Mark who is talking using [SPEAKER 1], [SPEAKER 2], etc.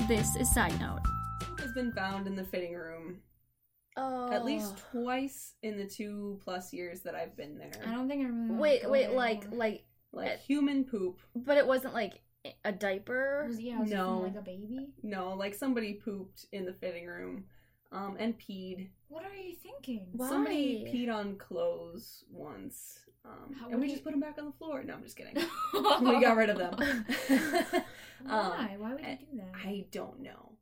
[SPEAKER 1] This is Side Note.
[SPEAKER 2] has been found in the fitting room
[SPEAKER 3] Oh.
[SPEAKER 2] at least twice in the two plus years that I've been there.
[SPEAKER 1] I don't think I really. wanna
[SPEAKER 3] Wait,
[SPEAKER 1] Oh, go
[SPEAKER 3] wait,
[SPEAKER 1] there
[SPEAKER 3] like,
[SPEAKER 1] anymore.
[SPEAKER 3] like,
[SPEAKER 2] like human poop.
[SPEAKER 3] but it wasn't like a diaper.
[SPEAKER 1] Was, yeah, was it from,
[SPEAKER 2] No.
[SPEAKER 1] like a baby?
[SPEAKER 2] No, like somebody pooped in the fitting room, um, and peed.
[SPEAKER 1] What are you thinking?
[SPEAKER 3] Why?
[SPEAKER 2] Somebody peed on clothes once, um,
[SPEAKER 1] How
[SPEAKER 2] and we
[SPEAKER 1] would
[SPEAKER 2] just
[SPEAKER 1] you-
[SPEAKER 2] put them back on the floor. No, I'm just kidding. we got rid of them.
[SPEAKER 1] Why? Why would
[SPEAKER 3] um,
[SPEAKER 2] and
[SPEAKER 1] you
[SPEAKER 3] eh,
[SPEAKER 1] do that?
[SPEAKER 2] I don't know.